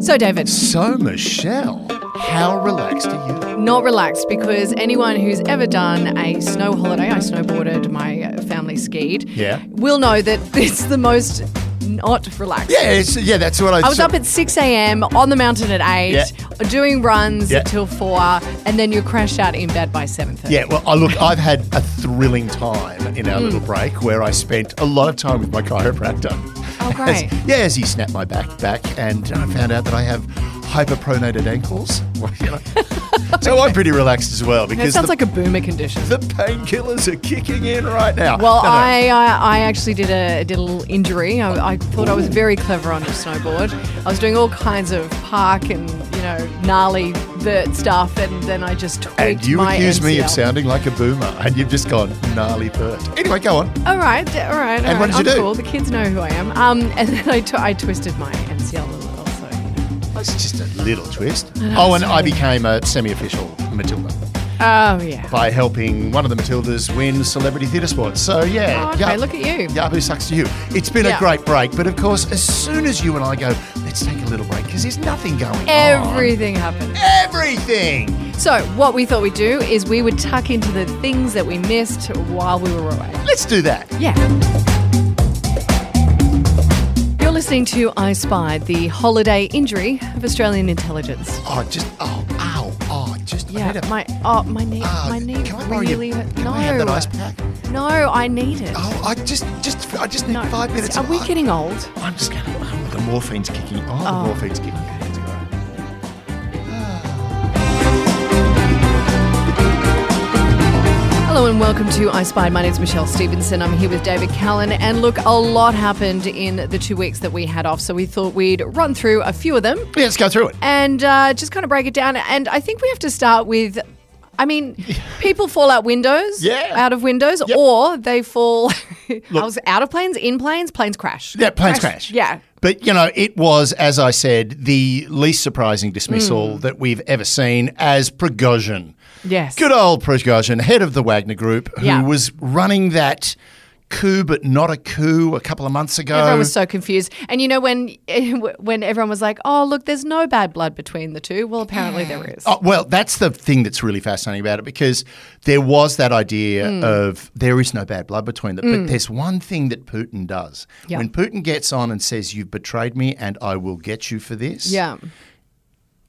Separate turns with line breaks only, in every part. So, David,
So, Michelle, how relaxed are you?
not relaxed because anyone who's ever done a snow holiday, I snowboarded, my uh, family skied,
Yeah.
will know that it's the most not relaxed.
Yeah, it's, yeah, that's what I.
I was up at 6 a.m. on the mountain at 8,
Yeah.
doing runs
Yeah.
till 4, and then you're crashed out in bed by 7.30.
Yeah, well, I look, I've had a thrilling time in
Hmm.
our little break where I spent a lot of time with my chiropractor.
Oh,
As-
great.
yeah, as he snapped my back back, and I found out that I have hyperpronated ankles. Well, you know. so I'm pretty relaxed as well
That
because
sounds
the,
like a boomer condition.
the painkillers are kicking in right now.
Well,
No, no.
I, uh, I I actually did a did a little injury. I, I thought I was very clever on the snowboard. I was doing all kinds of park and you know gnarly vert stuff, and then I just tweaked
And you
my
accuse me of
MCL.
sounding like a boomer, and you've just gone gnarly bird. Anyway, go on.
All right, d- all right, all
And
right,
what did you
I'm
do?
Cool. The kids know who I am. Um, and then I, tw- I twisted my MCL a little. So you know.
It's just a little twist. Oh, and I became a semi-official Matilda
oh yeah.
by helping one of the Matildas win Celebrity Theatre Sports. So yeah,
Oh, okay,
yeah.
look at you.
Yahoo sucks to you. It's been
Yeah.
a great break, but of course, as soon as you and I go, let's take a little break because there's nothing going on.
Everything happened.
Everything.
So what we thought we'd do is we would tuck into the things that we missed while we were away.
Let's do that.
Yeah. You're listening to I Spy, the holiday injury of Australian intelligence.
Oh, just oh, ow, oh, just I
Yeah,
need a-
my oh my knee,
ah,
my knee
Can I borrow your-
really hurt.
Can
no,
I have that ice pack?
no, I need it.
Oh, I just, just, I just need
no,
five minutes.
Are
of-
we getting old?
I'm just going. Oh, the morphine's kicking. Oh,
Oh.
the morphine's kicking. It's all right.
Hello and welcome to I Spy. My name's Michelle Stevenson. I'm here with David Callan. And look, a lot happened in the two weeks that we had off, so we thought we'd run through a few of them.
Yeah, let's go through it.
and uh, just kind of break it down. And I think we have to start with. I mean, people fall out windows,
Yeah.
out of windows,
Yep.
or they fall. I was out of planes, in planes, planes crash.
Yeah, planes crash.
Yeah.
But, you know, it was, as I said, the least surprising dismissal that we've ever seen as Prigozhin.
Hmm. Yes.
Good old Prigozhin, head of the Wagner Group, who
Yeah.
was running that coup but not a coup a couple of months ago.
Everyone was so confused. And you know when when everyone was like, "Oh, look, there's no bad blood between the two. Well, apparently there is.
Oh, well, that's the thing that's really fascinating about it because there was that idea
Hmm.
of there is no bad blood between them. But there's one thing that Putin does.
Yeah.
When Putin gets on and says, You've betrayed me and I will get you for this.
Yeah.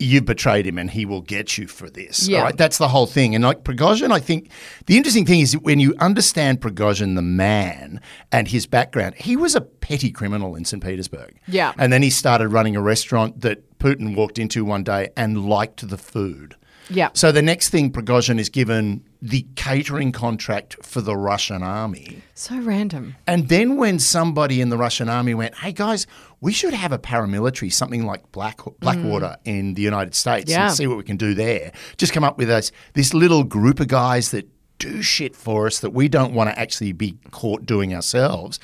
you betrayed him and he will get you for this.
Yeah.
All right. That's the whole thing. And like Prigozhin, I think the interesting thing is that when you understand Prigozhin, the man, and his background, he was a petty criminal in St. Petersburg.
Yeah.
And then he started running a restaurant that Putin walked into one day and liked the food.
Yeah.
So the next thing Prigozhin is given the catering contract for the Russian army.
So random.
And then when somebody in the Russian army went, "Hey guys, we should have a paramilitary, something like Black Blackwater in the United States,
Mm. Yeah.
and see what we can do there." Just come up with us this little group of guys that do shit for us that we don't want to actually be caught doing ourselves.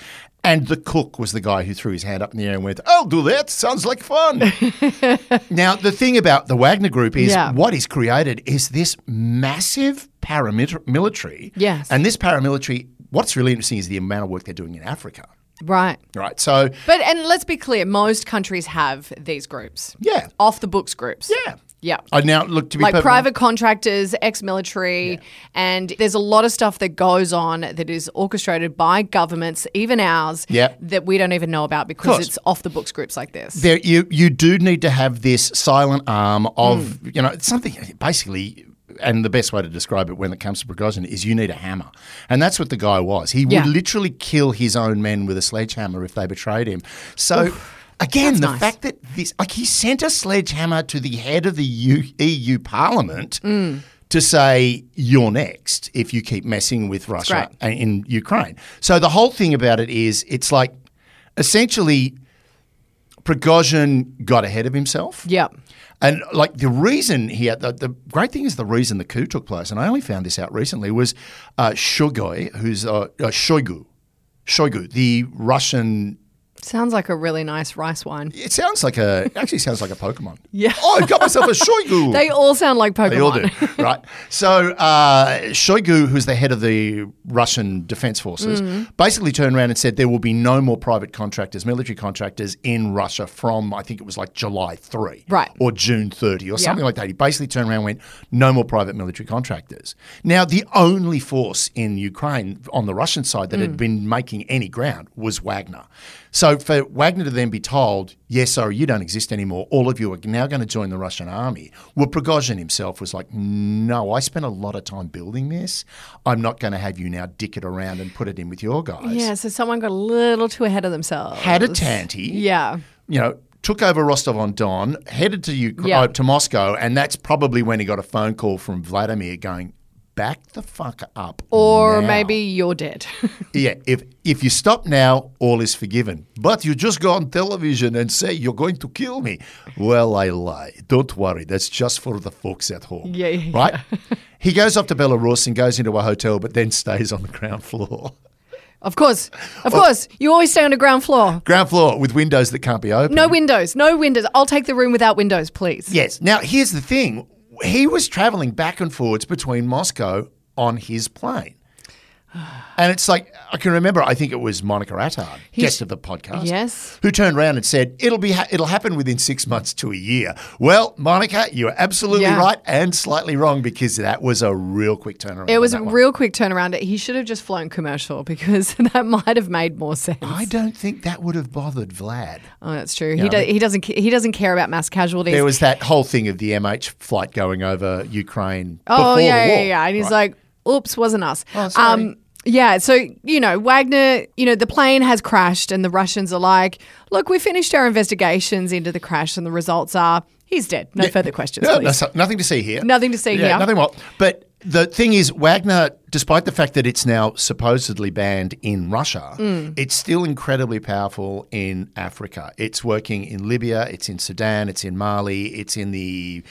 And the cook was the guy who threw his hand up in the air and went, "I'll do that. Sounds like fun." Now, the thing about the Wagner Group is
Yeah.
what is created is this massive paramilitary.
Yes.
And this paramilitary, what's really interesting is the amount of work they're doing in Africa.
Right.
Right. So,
But and let's be clear, most countries have these groups.
yeah.
Off the books groups.
Yeah.
Yeah.
I now look to be
like
perfect-
private contractors, ex-military, and there's a lot of stuff that goes on that is orchestrated by governments, even ours,
Yeah.
that we don't even know about because
course.
it's off the books groups like this.
There, you you do need to have this silent arm of
Hmm.
you know it's something basically. And the best way to describe it when it comes to Prigozhin is you need a hammer. And that's what the guy was. He
Yeah.
would literally kill his own men with a sledgehammer if they betrayed him. So, again, the
nice.
fact that this, like, he sent a sledgehammer to the head of the EU, EU Parliament
Hmm.
to say, you're next if you keep messing with Russia
great.
a- in Ukraine. So, the whole thing about it is it's like essentially Prigozhin got ahead of himself.
yeah.
And like the reason he had the, the great thing is the reason the coup took place, and I only found this out recently, was uh, Shogoi, who's uh, uh, Shoigu, Shoigu, the Russian
Sounds like a really nice rice wine.
It sounds like a actually sounds like a Pokemon.
Yeah.
Oh, I got myself a Shoigu.
They all sound like Pokemon.
They all do, right? So uh, Shoigu, who's the head of the Russian Defense Forces,
Mm-hmm.
basically turned around and said there will be no more private contractors, military contractors in Russia from I think it was like July three,
Right.
or June thirty, or something like that. He basically turned around and went, no more private military contractors. Now the only force in Ukraine on the Russian side that
Hmm.
had been making any ground was Wagner. So for Wagner to then be told, yes, sorry, you don't exist anymore. All of you are now going to join the Russian army. Well, Prigozhin himself was like, no, I spent a lot of time building this. I'm not going to have you now dick it around and put it in with your guys.
Yeah, so someone got a little too ahead of themselves.
Had a tanty.
Yeah.
You know, took over Rostov on Don, headed to Ukraine,
Yeah.
uh, to Moscow, and that's probably when he got a phone call from Vladimir going, back the fuck up.
Or
now."
maybe you're dead.
Yeah, if if you stop now, all is forgiven. But you just go on television and say you're going to kill me. Well, I lie. Don't worry. That's just for the folks at home.
Yeah, yeah,
Right? he goes off to Belarus and goes into a hotel, but then stays on the ground floor.
of course. Of course. You always stay on the ground floor.
Ground floor with windows that can't be opened.
No windows. No windows. I'll take the room without windows, please.
Yes. Now, here's the thing he was traveling back and forwards between Moscow on his plane. And it's like, I can remember, I think it was Monica Attard, guest of the podcast.
Yes.
Who turned around and said, it'll be, ha- it'll happen within six months to a year. Well, Monica, you're absolutely
Yeah.
right and slightly wrong because that was a real quick turnaround.
It
on
was a
that one.
real quick turnaround. He should have just flown commercial because that might have made more sense.
I don't think that would have bothered Vlad.
Oh, that's true. He, do, he doesn't. ca- He doesn't care about mass casualties.
There was that whole thing of the MH flight going over Ukraine
oh
before
yeah,
the war.
yeah, yeah. And he's
right?
like, "Oops, wasn't us." Um,
Oh, sorry.
yeah. So you know, Wagner. You know, the plane has crashed, and the Russians are like, "Look, we finished our investigations into the crash, and the results are he's dead. No further questions,
No,
please."
no, nothing to see here.
Nothing to see
yeah,
here.
Nothing more. But the thing is, Wagner, despite the fact that it's now supposedly banned in Russia,
Mm.
it's still incredibly powerful in Africa. It's working in Libya, it's in Sudan, it's in Mali, it's in the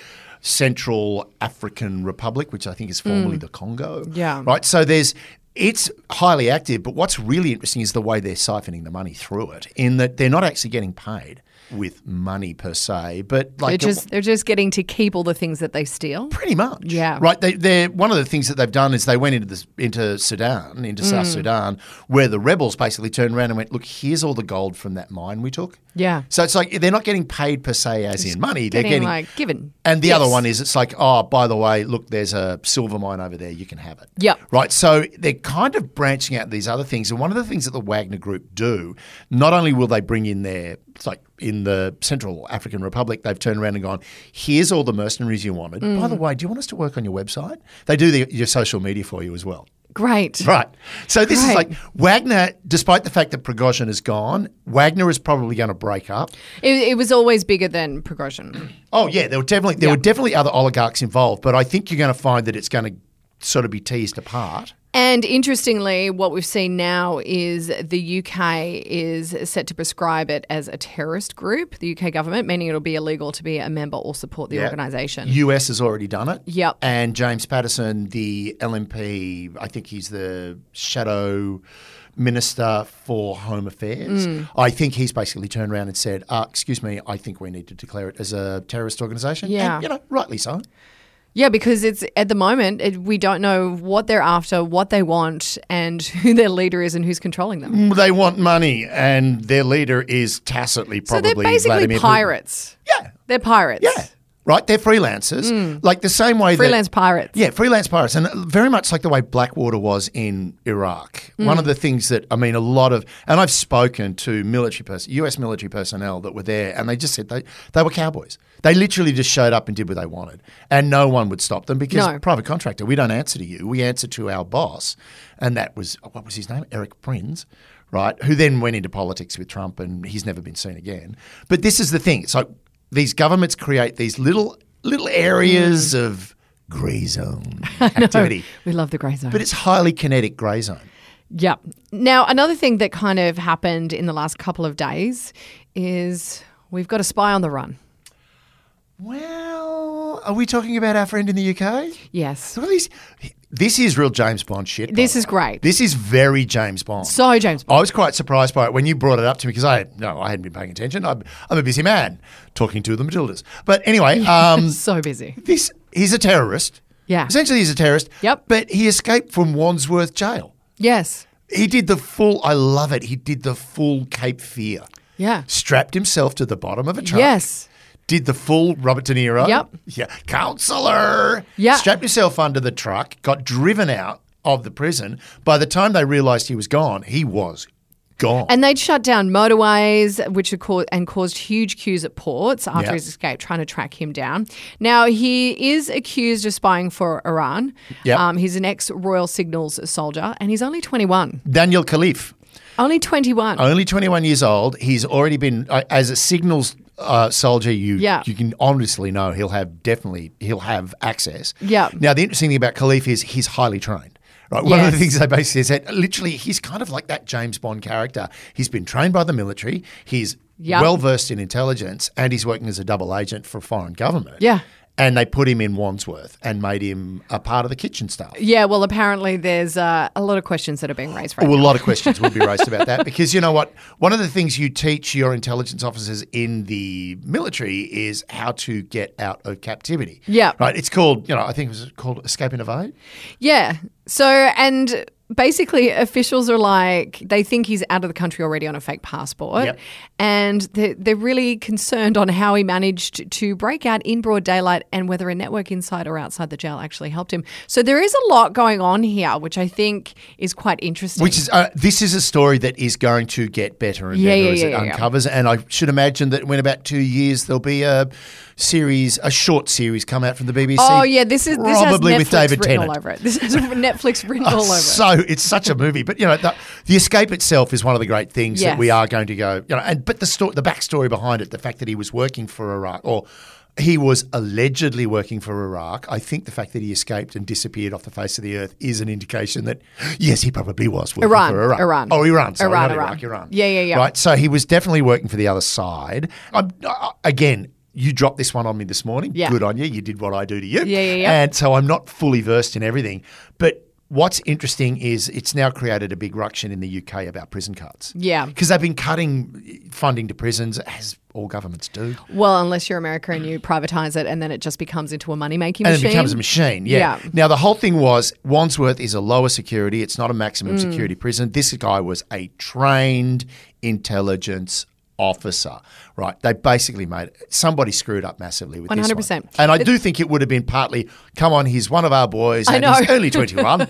Central African Republic, which I think is formerly the Congo.
Mm. Yeah.
Right. So there's. It's highly active, but what's really interesting is the way they're siphoning the money through it, in that they're not actually getting paid with money per se, but
they're
like the-
just they're just getting to keep all the things that they steal.
Pretty much,
Yeah.
Right. They, they're one of the things that they've done is they went into this into Sudan, into South
Mm.
Sudan, where the rebels basically turned around and went, "Look, here's all the gold from that mine we took."
Yeah.
So it's like they're not getting paid per se, as in money. they're
Getting,
getting.
like given.
and the other
Yes.
one is it's like, oh, by the way, look, there's a silver mine over there. You can have it.
Yep.
Right. So they're kind of branching out these other things. And one of the things that the Wagner Group do, not only will they bring in their, it's like in the Central African Republic, they've turned around and gone, here's all the mercenaries you wanted. By
Mm.
the way, do you want us to work on your website? They do the, your social media for you as well.
Great.
Right. So this is
Right.
like Wagner, despite the fact that Prigozhin is gone, Wagner is probably going to break up.
It, it was always bigger than progression.
Oh yeah, there were definitely there were definitely other oligarchs involved, but I think you're going to find that it's going to sort of be teased apart.
And interestingly, what we've seen now is the UK is set to prescribe it as a terrorist group, the UK government, meaning it'll be illegal to be a member or support the
Yeah.
organisation.
US has already done it.
Yep.
And James Patterson, the LNP, I think he's the shadow minister for home affairs.
Mm.
I think he's basically turned around and said, uh, "Excuse me, I think we need to declare it as a terrorist organisation."
Yeah.
And, you know, rightly so.
Yeah, because it's at the moment, it, we don't know what they're after, what they want, and who their leader is and who's controlling them.
They want money, and their leader is tacitly
So
probably
they're basically
Vladimir Putin.
pirates.
Yeah.
They're pirates.
Yeah. Right? They're freelancers. Like the same way that
Mm. Freelance pirates.
Yeah, freelance pirates, and very much like the way Blackwater was in Iraq.
Mm.
One of the things that I mean, a lot of, and I've spoken to military person, U.S. military personnel that were there, and they just said they they were cowboys. They literally just showed up and did what they wanted, and no one would stop them because
No.
private contractor, we don't answer to you, we answer to our boss, and that was what was his name, Eric Prinz. Right, who then went into politics with Trump, and he's never been seen again. But this is the thing: it's like these governments create these little little areas
Mm.
of grey zone activity.
We love the grey zone.
But it's highly kinetic grey zone.
Yeah. Now, another thing that kind of happened in the last couple of days is we've got a spy on the run.
Well, are we talking about our friend in the UK?
Yes.
Some of these, this is real James Bond shit. by
This
the
is
way.
great.
This is very James Bond.
So James Bond.
I was quite surprised by it when you brought it up to me because I no, I hadn't been paying attention. I'm, I'm a busy man talking to the Matildas. But anyway, um,
so busy.
this he's a terrorist.
Yeah.
Essentially, he's a terrorist.
Yep.
But he escaped from Wandsworth Jail.
Yes.
He did the full. I love it. He did the full Cape Fear.
Yeah.
Strapped himself to the bottom of a truck.
Yes.
Did the full Robert De Niro.
Yep.
Yeah. Counselor.
Yeah.
Strapped himself under the truck. Got driven out of the prison. By the time they realised he was gone, he was gone.
And they'd shut down motorways, which had caused and caused huge queues at ports after
Yeah.
his escape, trying to track him down. Now he is accused of spying for Iran.
Yep.
Um, he's an ex Royal Signals soldier, and he's only twenty one.
Daniel Khalif.
Only twenty one.
only 21 years old. He's already been uh, as a signals uh, soldier. You
Yeah.
you can honestly know he'll have definitely he'll have access.
Yeah.
Now the interesting thing about Khalif is he's highly trained. Right. One of the
Yes.
things they basically said, literally, he's kind of like that James Bond character. He's been trained by the military. He's
Yeah.
well versed in intelligence, and he's working as a double agent for a foreign government.
Yeah.
And they put him in Wandsworth and made him a part of the kitchen staff.
Yeah. Well, apparently there's uh, a lot of questions that are being raised right
Well, a lot of questions will be raised about that because you know what? One of the things you teach your intelligence officers in the military is how to get out of captivity.
Yeah.
Right? It's called, you know, I think it was called Escape and Evade.
Yeah. So, and basically, officials are like, they think he's out of the country already on a fake passport.
Yep.
And they're, they're really concerned on how he managed to break out in broad daylight and whether a network inside or outside the jail actually helped him. So, there is a lot going on here, which I think is quite interesting.
Which is, uh, this is a story that is going to get better and
Yeah,
better
yeah,
as it
yeah, yeah.
uncovers. And I should imagine that in about two years, there'll be a series, a short series come out from the BBC.
Oh yeah, this is this
probably
has Netflix
with David
written
Tennant. Oh,
all over it. This is Netflix written all over it.
So it's such a movie, but you know the, the escape itself is one of the great things that we
Yes.
are going to go. You know, and but the sto- the backstory behind it, the fact that he was working for Iraq, or he was allegedly working for Iraq. I think the fact that he escaped and disappeared off the face of the earth is an indication that yes, he probably was working
Iran,
for Iraq.
Iran.
Oh, Iran. Sorry,
Iran,
not
Iran.
Iraq, Iran.
Yeah, yeah, yeah.
Right. So he was definitely working for the other side. I'm, I, again. You dropped this one on me this morning.
Yeah.
Good on you. You did what I do to you.
Yeah, yeah, yeah.
And so I'm not fully versed in everything. But what's interesting is it's now created a big ruction in the UK about prison cuts.
Yeah.
Because they've been cutting funding to prisons, as all governments do.
Well, unless you're America and you privatize it, and then it just becomes into a money making
And
machine.
it becomes a machine. Yeah.
Yeah.
Now, the whole thing was Wandsworth is a lower security, it's not a maximum security prison. This guy was a trained intelligence officer, right? They basically made somebody screwed up massively with this.
100%.
one. And I do think it would have been partly, come on, he's one of our boys.
I
and He's
know.
only 21.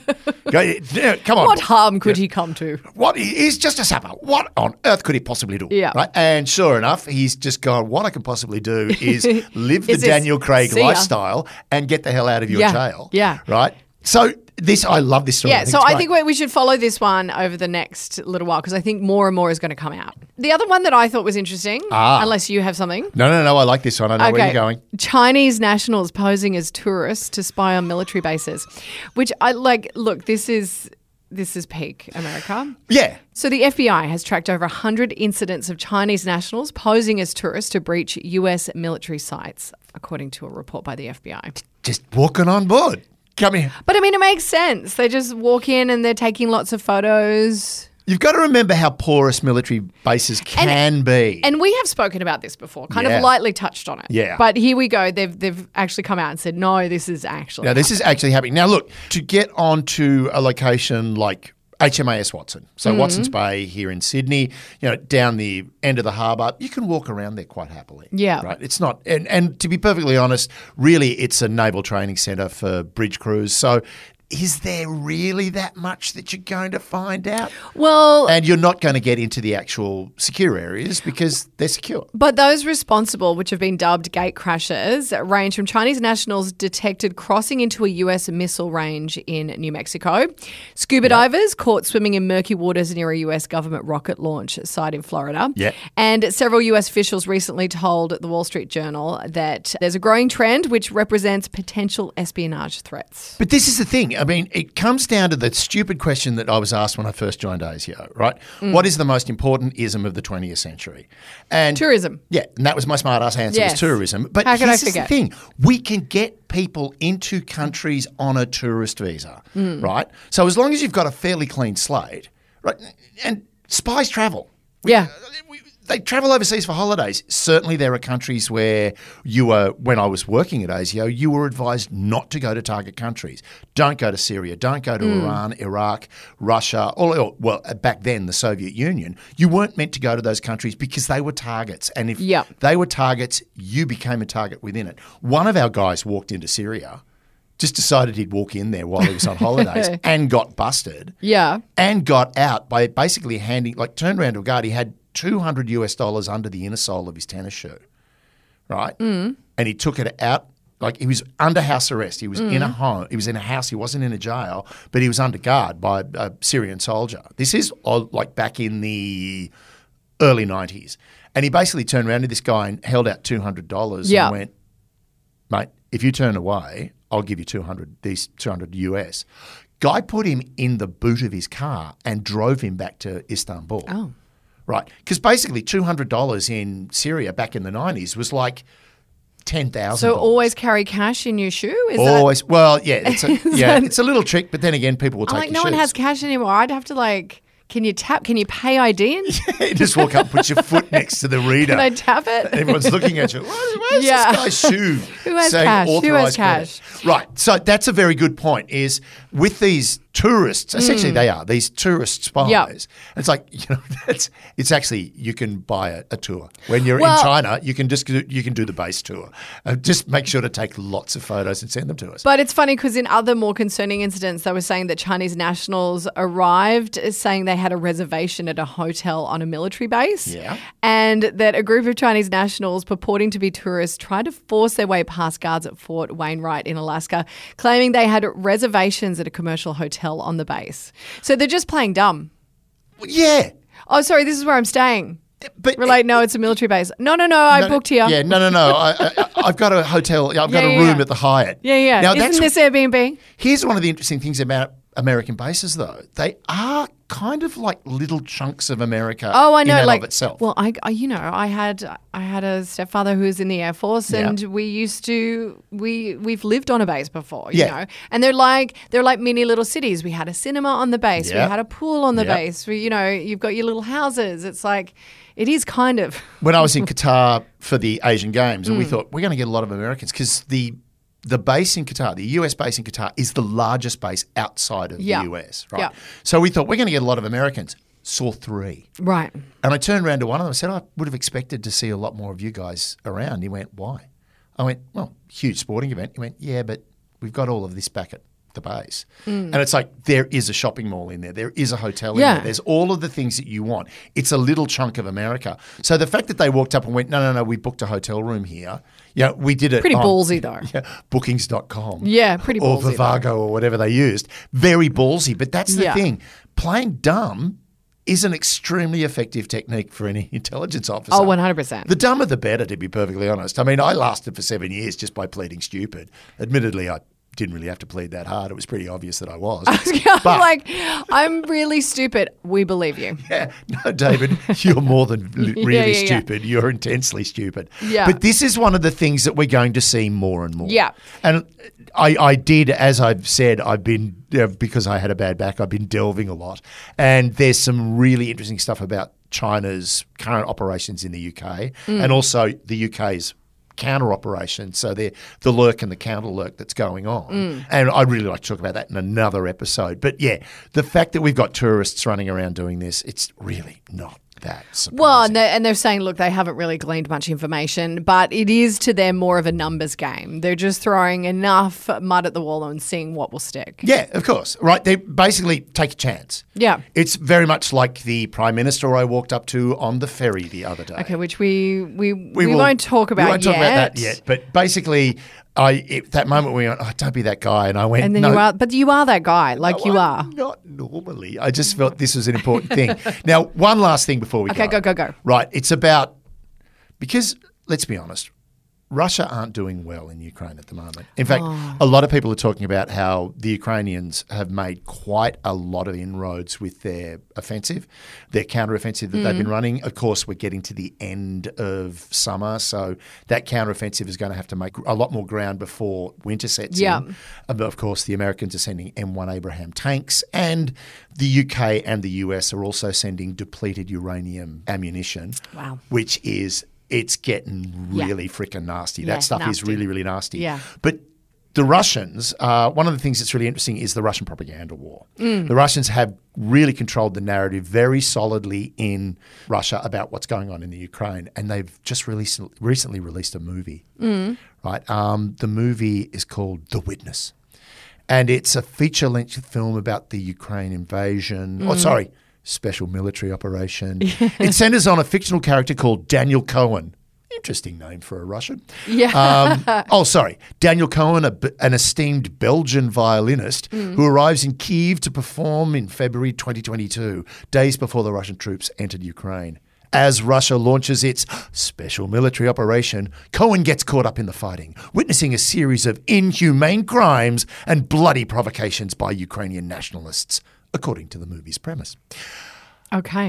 Go, yeah, come on.
What harm could he come to?
what he's just a sapper. What on earth could he possibly do?
Yeah.
Right. And sure enough, he's just gone. What I can possibly do is live the
Is this-
Daniel Craig
see ya.
lifestyle and get the hell out of your
Yeah,
jail.
yeah.
Right. So this, I love this story.
Yeah, so
it's
I
great.
think we- we should follow this one over the next little while because I think more and more is going to come out. The other one that I thought was interesting, unless you have something.
No, no, no. I like this one. I know Ah. Oh, where you're going.
Chinese nationals posing as tourists to spy on military bases, which I like. Look, this is this is peak America.
Yeah.
So the FBI has tracked over 100 incidents of Chinese nationals posing as tourists to breach U.S. military sites, according to a report by the FBI.
Just walking on board. Come here.
But I mean, it makes sense. They just walk in and they're taking lots of photos.
You've got to remember how porous military bases can be.
And we have spoken about this before, kind
Yeah.
of lightly touched on it.
Yeah.
But here we go. They've they've actually come out and said, no, this is actually.
Now, this is actually happening. Now, look, to get onto a location like HMAS Watson, so Watson's Bay here in Sydney, you know, down the end of the harbour, you can walk around there quite happily.
Yeah.
Right. It's not, and, and to be perfectly honest, really, it's a naval training centre for bridge crews. So, is there really that much that you're going to find out?
well,
And you're not going to get into the actual secure areas because they're secure.
But those responsible, which have been dubbed gate crashers, range from Chinese nationals detected crossing into a US missile range in New Mexico, scuba divers caught swimming in murky waters near a US government rocket launch site in Florida,
Yeah.
and several US officials recently told the Wall Street Journal that there's a growing trend which represents potential espionage threats.
But this is the thing. I mean, it comes down to the stupid question that I was asked when I first joined ASIO, right?
Mm.
What is the most important ism of the 20th century? And
Tourism.
yeah, and that was my smart ass answer
Yes.
was tourism. But
How could I
here's the
forget?
thing: we can get people into countries on a tourist visa,
Mm.
right? So as long as you've got a fairly clean slate, right? And spies travel. We-
Yeah.
we- They travel overseas for holidays. Certainly, there are countries where you were, when I was working at ASIO, you were advised not to go to target countries. Don't go to Syria. Don't go
Hmm.
to Iran, Iraq, Russia, all, all- well, back then, the Soviet Union. You weren't meant to go to those countries because they were targets. And if
Yep.
they were targets. You became a target within it. One of our guys walked into Syria, just decided he'd walk in there while he was on holidays and got busted
Yeah.
and got out by basically handing, like, turned around to a guard. He had 200 US dollars under the inner sole of his tennis shoe, right? Mm. And he took it out. Like he was under house arrest. He was in a home. He was in a house. He wasn't in a jail, but he was under guard by a Syrian soldier. This is uh, like back in the early 90s. And he basically turned around to this guy and held out $200
Yeah.
and went, mate, if you turn away, I'll give you 200, these 200 US. Guy put him in the boot of his car and drove him back to Istanbul.
Oh.
Right. Because basically $200 in Syria back in the 90s was like $10,000.
So always carry cash in your shoe. Is that?
Always. Well, yeah, it's a, yeah, it's a little trick, but then again, people will take
I'm like,
your
no one
shoes.
has cash anymore. I'd have to like, can you tap? Can you pay ID? In?
You just walk up, put your foot next to the reader.
Can I tap it?
Everyone's looking at you. Where's, where's
Yeah.
this guy's shoe?
Who has
saying
cash? Who has
authorised credit? Right. So that's a very good point. Is with these tourists, essentially they are these tourist spies.
Mm. Yeah.
It's like you know, that's it's actually you can buy a, a tour when you're
Well-
in China. You can just do- you can do the base tour. Uh, just make sure to take lots of photos and send them to us.
But it's funny because in other more concerning incidents, they were saying that Chinese nationals arrived uh, saying they had a reservation at a hotel on a military base.
Yeah.
And that a group of Chinese nationals purporting to be tourists tried to force their way past guards at Fort Wainwright in Alaska, claiming they had reservations at a commercial hotel on the base. So they're just playing dumb.
yeah.
Oh, sorry, this is where I'm staying.
But
We're like, no, it's a military base. No, no, no, I
No,
booked here.
Yeah, no, no, no. I, I, I've got a hotel. I've got
Yeah,
a
yeah,
room
yeah.
at the Hyatt.
Yeah, yeah.
Now that's
Isn't this Airbnb?
Here's one of the interesting things about American bases, though. They are kind of like little chunks of America.
Oh, I know.
in and
like
of itself.
Well, I, I, you know, I had, I had a stepfather who was in the Air Force,
Yeah.
and we used to, we, we've lived on a base before, you
Yeah.
know. And they're like, they're like mini little cities. We had a cinema on the base.
Yeah.
We had a pool on the
Yeah.
base. We, you know, you've got your little houses. It's like, it is kind of.
when I was in Qatar for the Asian Games,
Mm.
and we thought we're going to get a lot of Americans because the the base in Qatar, the US base in Qatar, is the largest base outside of
Yeah.
the US, right?
Yeah.
So we thought we're going to get a lot of Americans. Saw three.
Right.
And I turned around to one of them and said, I would have expected to see a lot more of you guys around. He went, Why? I went, Well, huge sporting event. He went, Yeah, but we've got all of this back at the base. And it's like, there is a shopping mall in there, there is a hotel
Mm. Yeah.
in there, there's all of the things that you want. It's a little chunk of America. So the fact that they walked up and went, No, no, no, we booked a hotel room here. Yeah, we did it.
Pretty
on-
ballsy, though.
Yeah, bookings.com.
Yeah, pretty
Or
ballsy, though.
Vivago or whatever they used. Very ballsy. But that's the
Yeah.
thing. Playing dumb is an extremely effective technique for any intelligence officer.
Oh, 100%.
The dumber the better, to be perfectly honest. I mean, I lasted for seven years just by pleading stupid. Admittedly, I didn't really have to plead that hard. It was pretty obvious that I was.
I'm
But-
like, I'm really stupid. We believe you.
yeah, no, David, you're more than li-
Yeah,
really
yeah, yeah.
stupid. You're intensely stupid.
Yeah.
But this is one of the things that we're going to see more and more.
Yeah.
And I, I did, as I've said, I've been, uh, because I had a bad back, I've been delving a lot. And there's some really interesting stuff about China's current operations in the UK and also the UK's counter operation. So they're the lurk and the counter lurk that's going on. And I'd really like to talk about that in another episode. But yeah, the fact that we've got tourists running around doing this, it's really not that surprising.
Well, and they're, and they're saying, look, they haven't really gleaned much information, but it is to them more of a numbers game. They're just throwing enough mud at the wall and seeing what will stick.
Yeah, of course. Right. They basically take a chance.
Yeah.
It's very much like the Prime Minister I walked up to on the ferry the other day.
Okay, which we we, we,
will-
won't talk about
We won't
yet.
talk about that yet. But basically, I at that moment we went, oh, don't be that guy. And I went,
And then
no, Oh,
you are, but you are that guy, like you
I'm
are.
Not normally. I just felt this was an important thing. Now, one last thing before we
Okay, go, go, go.
Right. It's about, because let's be honest, Russia aren't doing well in Ukraine at the moment. In fact,
Oh.
a lot of people are talking about how the Ukrainians have made quite a lot of inroads with their offensive, their counteroffensive that
Hmm.
they've been running. Of course, we're getting to the end of summer, so that counteroffensive is going to have to make a lot more ground before winter sets
Yeah.
in. And uh, of course, the Americans are sending M1 Abraham tanks, and the UK and the US are also sending depleted uranium ammunition.
Wow.
Which is, it's getting
Yeah.
really freaking nasty.
Yeah,
that stuff is
nasty.
really, really nasty.
Yeah.
But the Russians, uh, one of the things that's really interesting is the Russian propaganda war.
Mm.
The Russians have really controlled the narrative very solidly in Russia about what's going on in the Ukraine, and they've just released recently released a movie.
Mm.
Right, um, the movie is called The Witness, and it's a feature length film about the Ukraine invasion.
Mm.
Oh, sorry. Special military operation. it centers on a fictional character called Daniel Cohen. Interesting name for a Russian.
Yeah.
Um, oh, sorry. Daniel Cohen, a b an esteemed Belgian violinist who arrives in Kiev to perform in February 2022, days before the Russian troops entered Ukraine. As Russia launches its special military operation, Cohen gets caught up in the fighting, witnessing a series of inhumane crimes and bloody provocations by Ukrainian nationalists, according to the movie's premise.
Okay.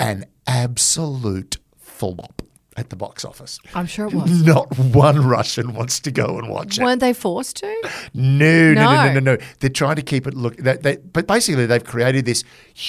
An absolute flop at the box office.
I'm sure it was.
Not one Russian wants to go and watch it.
Weren't they forced to?
No, no, no, no,
No.
no, no. They're trying to keep it look. They, they, but basically, they've created this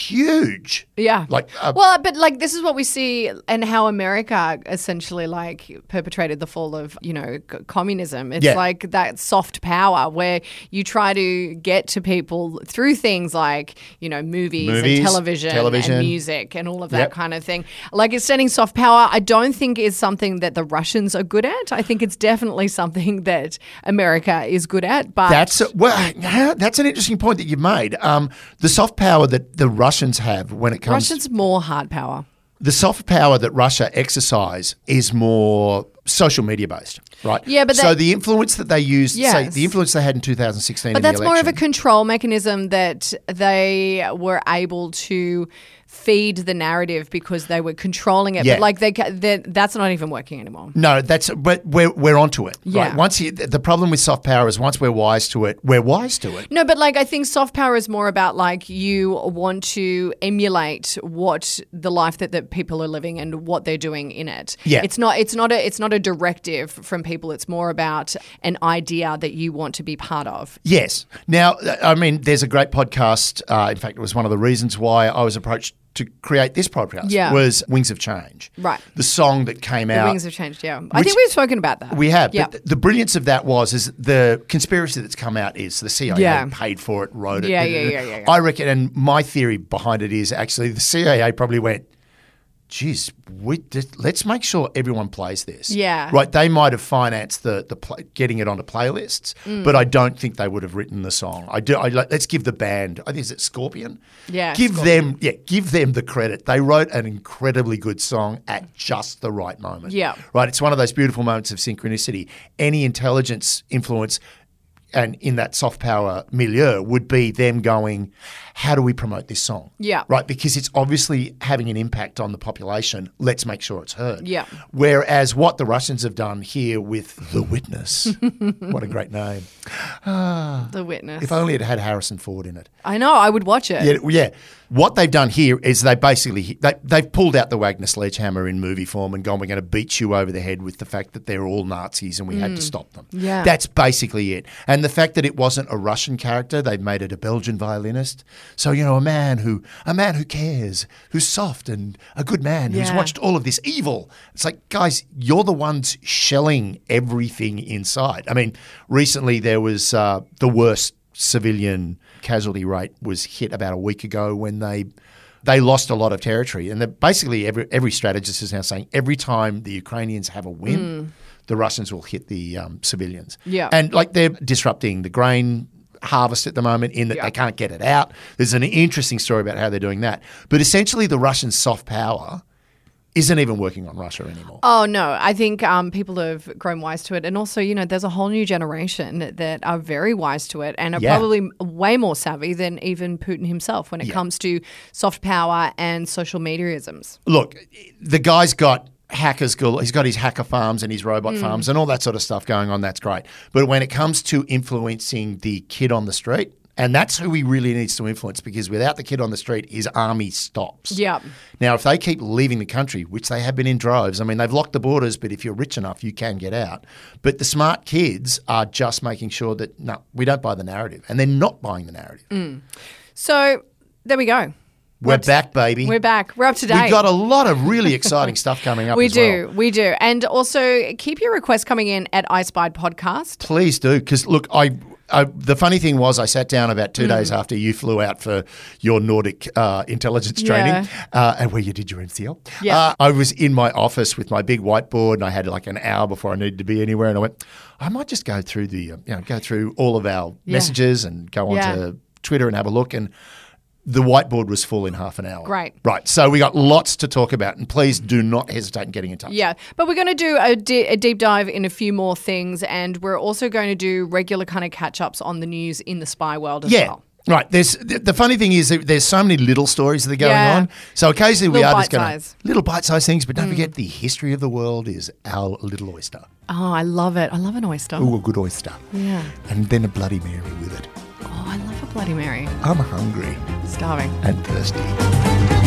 huge.
Yeah.
Like, uh,
well, but like this is what we see and how America essentially like perpetrated the fall of, you know, c- communism. It's
Yeah.
like that soft power where you try to get to people through things like, you know, movies,
Movies,
and television,
television.
and music and all of that
Yep.
kind of thing. Like extending soft power, I don't think is something that the Russians are good at. I think it's definitely something that America is good at, but
that's a, well. yeah, That's an interesting point that you've made. Um, the soft power that the Russians have when it comes
Russians more hard power.
the soft power that Russia exercise is more social media based, right?
Yeah, but
so
that-
the influence that they used, say,
Yes.
the influence they had in 2016,
But
in the
that's more of a
election-
control mechanism that they were able to feed the narrative because they were controlling it.
Yeah.
But like they, ca- they, that's not even working anymore.
No, that's but we're we're onto it.
Yeah.
Right? Once you, the problem with soft power is once we're wise to it, we're wise to it.
No, but like I think soft power is more about like you want to emulate what the life that, that people are living and what they're doing in it.
Yeah.
It's not it's not a it's not a directive from people. It's more about an idea that you want to be part of.
Yes. Now, I mean, there's a great podcast. Uh, in fact, it was one of the reasons why I was approached to create this podcast.
Yeah.
Was Wings of Change.
Right.
The song that came out.
Wings have changed, yeah. I think we've spoken about that.
we have.
Yeah.
But th- the brilliance of that was is the conspiracy that's come out is the CIA
Yeah.
paid for it, wrote it.
Yeah,
da- da-
yeah,
da-
yeah,
da.
yeah, yeah.
I reckon, and my theory behind it is actually the CIA probably went, geez, we, just- let's make sure everyone plays this.
Yeah.
Right. They might have financed the the pla getting it onto playlists,
Mm.
but I don't think they would have written the song. I do. I, like- let's give the band. I think is it Scorpion.
Yeah,
Give them. Yeah. Give them the credit. They wrote an incredibly good song at just the right moment.
Yeah.
Right. It's one of those beautiful moments of synchronicity. Any intelligence influence. And in that soft power milieu would be them going, how do we promote this song?
Yeah.
Right. Because it's obviously having an impact on the population. Let's make sure it's heard.
Yeah.
Whereas what the Russians have done here with The Witness, what a great name.
the witness.
If only it had Harrison Ford in it.
I know, I would watch it.
Yeah, yeah. What they've done here is they basically they, they've pulled out the Wagner sledgehammer in movie form and gone, "We're going to beat you over the head with the fact that they're all Nazis and we had to stop them."
Mm. Yeah.
that's basically it. And the fact that it wasn't a Russian character, they've made it a Belgian violinist. So you know, a man who a man who cares, who's soft and a good man who's
Yeah.
watched all of this evil. It's like, guys, you're the ones shelling everything inside. I mean, recently there was uh, the worst civilian casualty rate was hit about a week ago when they they lost a lot of territory, and that basically every every strategist is now saying every time the Ukrainians have a win. The Russians will hit the um, civilians.
Hmm. Yeah.
And like they're disrupting the grain harvest at the moment in that
Yeah.
they can't get it out. There's an interesting story about how they're doing that. But essentially, the Russian soft power isn't even working on Russia anymore.
Oh no, I think um, people have grown wise to it, and also you know there's a whole new generation that are very wise to it and are
Yeah.
probably way more savvy than even Putin himself when it comes to soft power and social mediaisms.
Look, the guy's got hackers galore. He's got his hacker farms and his robot farms and all that sort of stuff going on. That's great. But when it comes to influencing the kid on the street, and that's who he really needs to influence because without the kid on the street, his army stops.
Yep.
Now, if they keep leaving the country, which they have been in droves, I mean, they've locked the borders, but if you're rich enough, you can get out. But the smart kids are just making sure that, no, we don't buy the narrative. And they're not buying the narrative.
So there we go.
We're back, baby.
We're back. We're up to date.
We've got a lot of really exciting stuff coming up.
We
as well.
do, we do. And also keep your requests coming in at iSpied Podcast.
Please do, because look, I, I the funny thing was I sat down about
Mm.
two days after you flew out for your Nordic uh, intelligence training,
Yeah.
uh, and where you did your MCL.
Yeah.
Uh, I was in my office with my big whiteboard, and I had like an hour before I needed to be anywhere, and I went, I might just go through the, uh, you know, go through all of our messages and go onto
Yeah.
Twitter and have a look and. The whiteboard was full in half an hour.
Great.
Right. So we got lots to talk about, and please do not hesitate in getting in touch.
Yeah, but we're going to do a, di- a deep dive in a few more things, and we're also going to do regular kind of catch ups on the news in the spy world as
Yeah.
well.
Right. There's th- the funny thing is that there's so many little stories that are going
Yeah.
on. So occasionally we
Little Mm.
are just going
bite-size.
little bite-sized things, but don't forget the history of the world is our little oyster.
Oh, I love it. I love an oyster.
Ooh, a good oyster.
Yeah.
And then a bloody mary with it.
Oh, I love a Bloody Mary.
I'm hungry
Starving.
and thirsty.